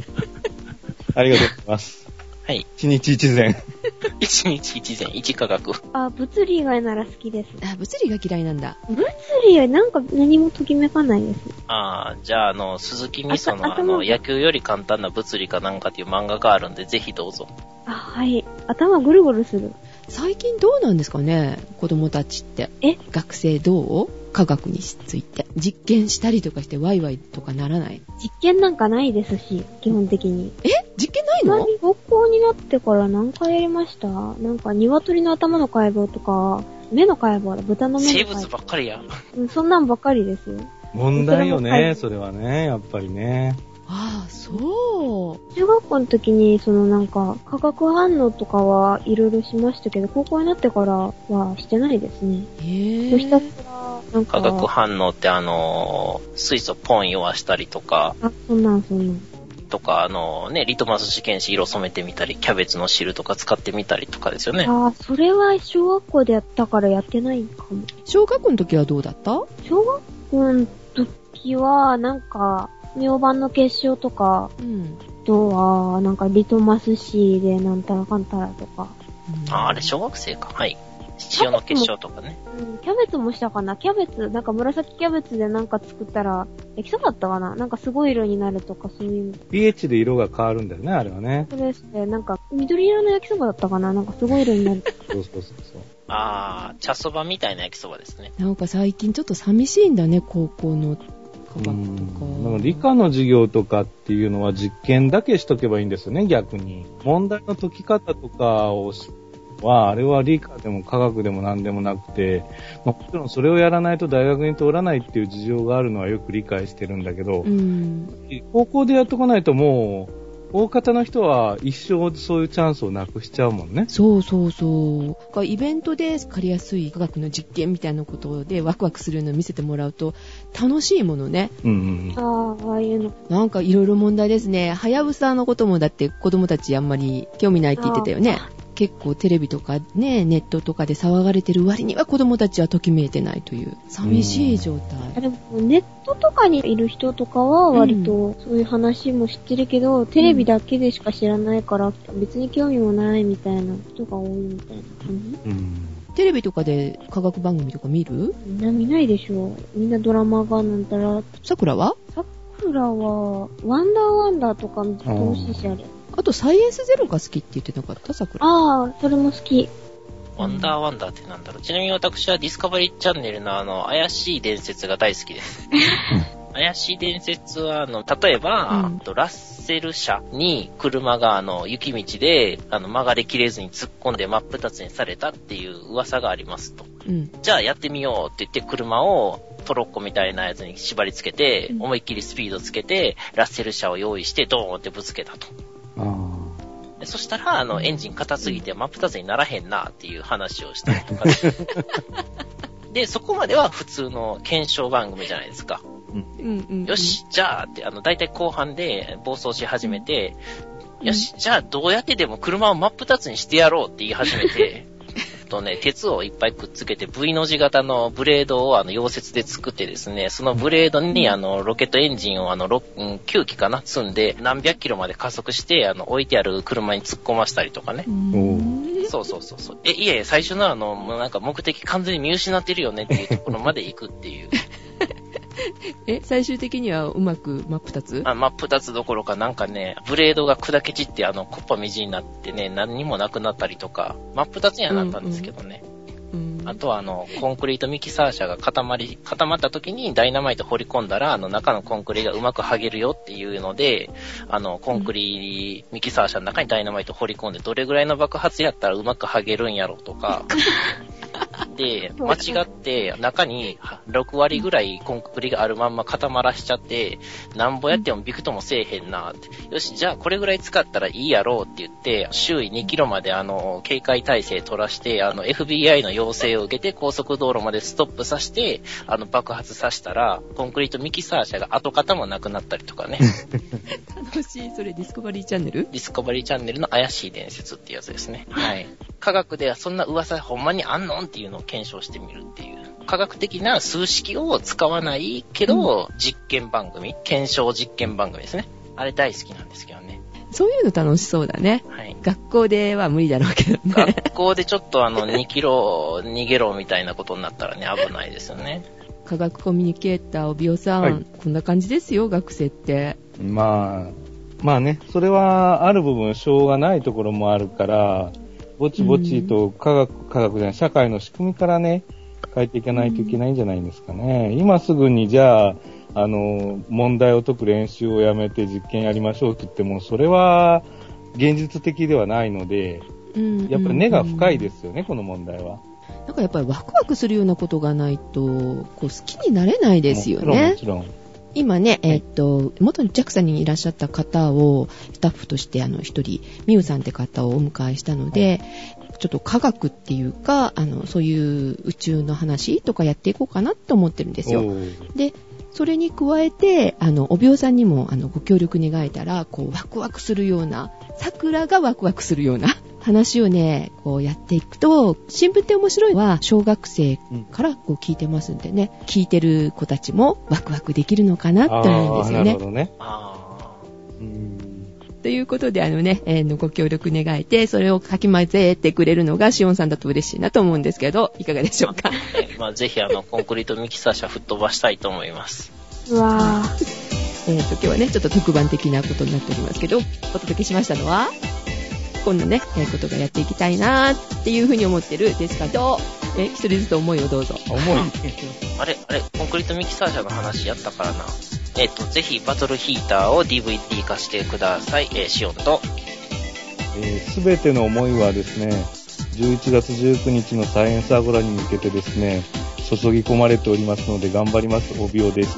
[SPEAKER 5] ありがとうございます。
[SPEAKER 2] はい。
[SPEAKER 5] 一日一善。
[SPEAKER 2] 一日一善、一科学。
[SPEAKER 4] あ、物理以外なら好きです。
[SPEAKER 1] あ、物理が嫌いなんだ。
[SPEAKER 4] 物理はなんか何もときめかないです。
[SPEAKER 2] ああ、じゃあ、あの、鈴木みそ
[SPEAKER 4] あ
[SPEAKER 2] の、あ
[SPEAKER 4] 頭
[SPEAKER 2] の、野球より簡単な物理かなんかっていう漫画があるんで、ぜひどうぞ。
[SPEAKER 4] あ、はい。頭ぐるぐるする。
[SPEAKER 1] 最近どうなんですかね子供たちって。
[SPEAKER 4] え
[SPEAKER 1] 学生どう科学について。実験したりとかしてワイワイとかならない。
[SPEAKER 4] 実験なんかないですし、基本的に。
[SPEAKER 1] え実験ないの
[SPEAKER 4] 高校になってから何回やりましたなんか鶏の頭の解剖とか、目の解剖だ、豚の目の
[SPEAKER 2] 生
[SPEAKER 4] 解
[SPEAKER 2] 物
[SPEAKER 4] 剖。
[SPEAKER 2] ばっかりや。
[SPEAKER 4] うんそんなんばっかりですよ。
[SPEAKER 5] 問題よ
[SPEAKER 4] はい
[SPEAKER 5] ね、それはね、やっぱりね。
[SPEAKER 1] ああ、そう。
[SPEAKER 4] 中学校の時に、そのなんか、化学反応とかはいろいろしましたけど、高校になってからはしてないですね。
[SPEAKER 1] へ
[SPEAKER 4] ひたす
[SPEAKER 1] ぇ
[SPEAKER 4] ら、なん
[SPEAKER 2] 化学
[SPEAKER 4] か、
[SPEAKER 2] 反応って、あの、水素ポン弱したりとか、
[SPEAKER 4] あ、そんなんそんなん。
[SPEAKER 2] とか、あのね、リトマス試験紙色染めてみたり、キャベツの汁とか使ってみたりとかですよね。
[SPEAKER 4] ああ、それは小学校でやったからやってないかも。
[SPEAKER 1] 小学校の時はどうだった
[SPEAKER 4] 小学校の時は、なんか、明板の結晶とか、
[SPEAKER 1] うん。
[SPEAKER 4] あとは、なんか、リトマス紙でなんたらかんたらとか。
[SPEAKER 2] ああれ、小学生か。はい。塩の結晶とかね。
[SPEAKER 4] うん、キャベツもしたかなキャベツ、なんか紫キャベツでなんか作ったら、できそうだったかななんかすごい色になるとか、そういう。
[SPEAKER 5] pH で色が変わるんだよね、あれはね。
[SPEAKER 4] それして、なんか、緑色の焼きそばだったかななんかすごい色になる。
[SPEAKER 5] そうそうそうそう。
[SPEAKER 2] ああ、茶そばみたいな焼きそばですね。
[SPEAKER 1] なんか最近ちょっと寂しいんだね、高校の科学と
[SPEAKER 5] う
[SPEAKER 1] か。
[SPEAKER 5] んだから理科の授業とかっていうのは実験だけしとけばいいんですよね、逆に。問題の解き方とかを知っは、あれは理科でも科学でも何でもなくて、まあもちろんそれをやらないと大学に通らないっていう事情があるのはよく理解してるんだけど、
[SPEAKER 1] うん。
[SPEAKER 5] 高校でやっとかないともう、大方の人は一生そういうチャンスをなくしちゃうもんね。
[SPEAKER 1] そうそうそう。だからイベントで借りやすい科学の実験みたいなことでワクワクするのを見せてもらうと楽しいものね。
[SPEAKER 5] うんうんうん。
[SPEAKER 4] ああ、ああいうの。
[SPEAKER 1] なんかいろいろ問題ですね。はやぶさのこともだって子供たちあんまり興味ないって言ってたよね。結構テレビとかね、ネットとかで騒がれてる割には子供たちはときめいてないという寂しい状
[SPEAKER 4] あ
[SPEAKER 1] 態。
[SPEAKER 4] でも、ネットとかにいる人とかは割とそういう話も知ってるけど、テレビだけでしか知らないから、別に興味もないみたいな人が多いみたいな感じ。
[SPEAKER 5] うん
[SPEAKER 1] テレビとかで科学番組とか見る
[SPEAKER 4] みんな見ないでしょ。みんなドラマがなんたら、
[SPEAKER 1] 桜は
[SPEAKER 4] さくらは、ワンダーワンダーとか見てほしいし、あれ。
[SPEAKER 1] あとサイエンスゼロが好きって言ってなかった桜。
[SPEAKER 4] ああ、それも好き。
[SPEAKER 2] ワンダーワンダーってなんだろう。ちなみに私はディスカバリーチャンネルのあの、怪しい伝説が大好きです。怪しい伝説は、あの、例えば、
[SPEAKER 1] うん
[SPEAKER 2] ラッセル社に車があの、雪道で、あの、曲がりきれずに突っ込んで真っ二つにされたっていう噂がありますと。
[SPEAKER 1] うん。
[SPEAKER 2] じゃあやってみようって言って車をトロッコみたいなやつに縛り付けて、
[SPEAKER 4] うん
[SPEAKER 2] 思いっきりスピードつけて、ラッセル車を用意してドーンってぶつけたと。
[SPEAKER 5] あー
[SPEAKER 2] でそしたら、あの、エンジン硬すぎて真っ二つにならへんなっていう話をしたりとかで。で、そこまでは普通の検証番組じゃないですか。
[SPEAKER 1] うんうん。
[SPEAKER 2] よ。し、じゃあって、あの、大体後半で暴走し始めて、よし、じゃあどうやってでも車を真っ二つにしてやろうって言い始 めて、とね、鉄をいっぱいくっつけて V の字型のブレードをあの溶接で作ってですね、そのブレードにあのロケットエンジンをあのろうん9機かな積んで何百キロまで加速してあの置いてある車に突っ込ませたりとかね
[SPEAKER 1] う。ん。
[SPEAKER 2] そうそうそうそう。え、いやいや、最初のあの、もうなんか目的完全に見失ってるよねっていうところまで行くっていう。
[SPEAKER 1] え、最終的にはうまく真っ二つ
[SPEAKER 2] あ、真っ二つどころかなんかね、ブレードが砕け散って、あの、コッパみじんになってね、何にもなくなったりとか、真っ二つにはなったんですけどね。
[SPEAKER 1] うん
[SPEAKER 2] あとはあの、コンクリートミキサー車が固まり、固まった時にダイナマイト掘り込んだら、あの、中のコンクリがうまく剥げるよっていうので、あの、コンクリミキサー車の中にダイナマイト掘り込んで、どれぐらいの爆発やったらうまく剥げるんやろうとか、で、間違って中に6割ぐらいコンクリがあるまんま固まらしちゃって、なんぼやってもびくともせえへんなって。よし、じゃあこれぐらい使ったらいいやろうって言って、周囲2キロまであの、警戒体制取らして、あの、FBI の要請を受けて高速道路までストップさせて、あの、爆発させたら、コンクリートミキサー車が跡形もなくなったりとかね。
[SPEAKER 1] 楽しい、それディスコバリーチャンネル
[SPEAKER 2] ディスカバリーチャンネルの怪しい伝説っていうやつですね。はい。科学ではそんな噂ほんまにあんのんっていうのを検証してみるっていう。科学的な数式を使わないけど、実験番組、検証実験番組ですね。あれ大好きなんですけどね。
[SPEAKER 1] そういうの楽しそうだね。
[SPEAKER 2] はい。
[SPEAKER 1] 学校では無理だろうけどね。
[SPEAKER 2] 学校でちょっとあの2キロ逃げろみたいなことになったらね、危ないですよね。
[SPEAKER 1] 科学コミュニケーター、おびおさん、
[SPEAKER 5] はい
[SPEAKER 1] こんな感じですよ、学生って。
[SPEAKER 5] まあ、まあね、それはある部分しょうがないところもあるから、ぼちぼちと科学、科学じゃない、社会の仕組みからね、変えていかないといけないんじゃないんですかね。今すぐにじゃあ、あの、問題を解く練習をやめて実験やりましょうって言っても、それは現実的ではないので、
[SPEAKER 1] うん
[SPEAKER 5] やっぱり根が深い
[SPEAKER 1] す。
[SPEAKER 5] ですよね、この問題は。
[SPEAKER 1] なんかやっぱりワクワクするようなことがないと、こう好きになれないですよね
[SPEAKER 5] も。ちろん、もち
[SPEAKER 1] 今ね、えーっと、元 JAXA にいらっしゃった方をスタッフとして、あの、一人、みゆさんって方をお迎えしたので、ちょっと科学っていうか、あの、そういう宇宙の話とかやっていこうかなと思ってるんです
[SPEAKER 5] ろん。
[SPEAKER 1] よ。
[SPEAKER 5] おう
[SPEAKER 1] で、それに加えて、あの、お病さんにも、あの、ご協力願えたら、こう、ワクワクするような、桜がワクワクするような話をね、こうやっていくと、新聞って面白いのは、小学生からこう聞いてますんでね、聞いてる子たちもワクワクできるのかなって思うんですよ
[SPEAKER 5] あーな
[SPEAKER 1] ね
[SPEAKER 5] るほ。どね。
[SPEAKER 2] あ
[SPEAKER 5] うん
[SPEAKER 1] ということで、あのね、えーのご協力願えて、それをかき混ぜてくれるのが、しおんさんだと嬉しいなと思うんですけど、いかがでしょうか。
[SPEAKER 2] ーねまあ、ぜひあの、コンクリートミキサー車吹っ飛ばしたいと思います。
[SPEAKER 4] うわぁ。
[SPEAKER 1] えーと今日はねちょっと特番的なことになっておりますけどお届けしましたのはこんなね、えーことがやっていきたいなーっていうふうに思ってるデスカと、えー一人ずつ思いをどうぞ
[SPEAKER 5] 重い。
[SPEAKER 2] あれ、あれ、コンクリートミキサー車の話やったからな。えっ、と、ぜひバトルヒーターを DVD 化してください。えー、シオンと。
[SPEAKER 5] す、べ、ての思いはですね、 11月19日のサイエンスアゴラに向けてですね、注ぎ込まれておりますので頑張ります。おびおです。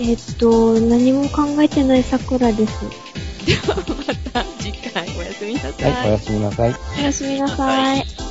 [SPEAKER 4] えっと、何も考えてない桜です。
[SPEAKER 1] また次回おやすみなさ
[SPEAKER 5] はい、お
[SPEAKER 1] い
[SPEAKER 5] やすみなさい。
[SPEAKER 4] おやすみなさい。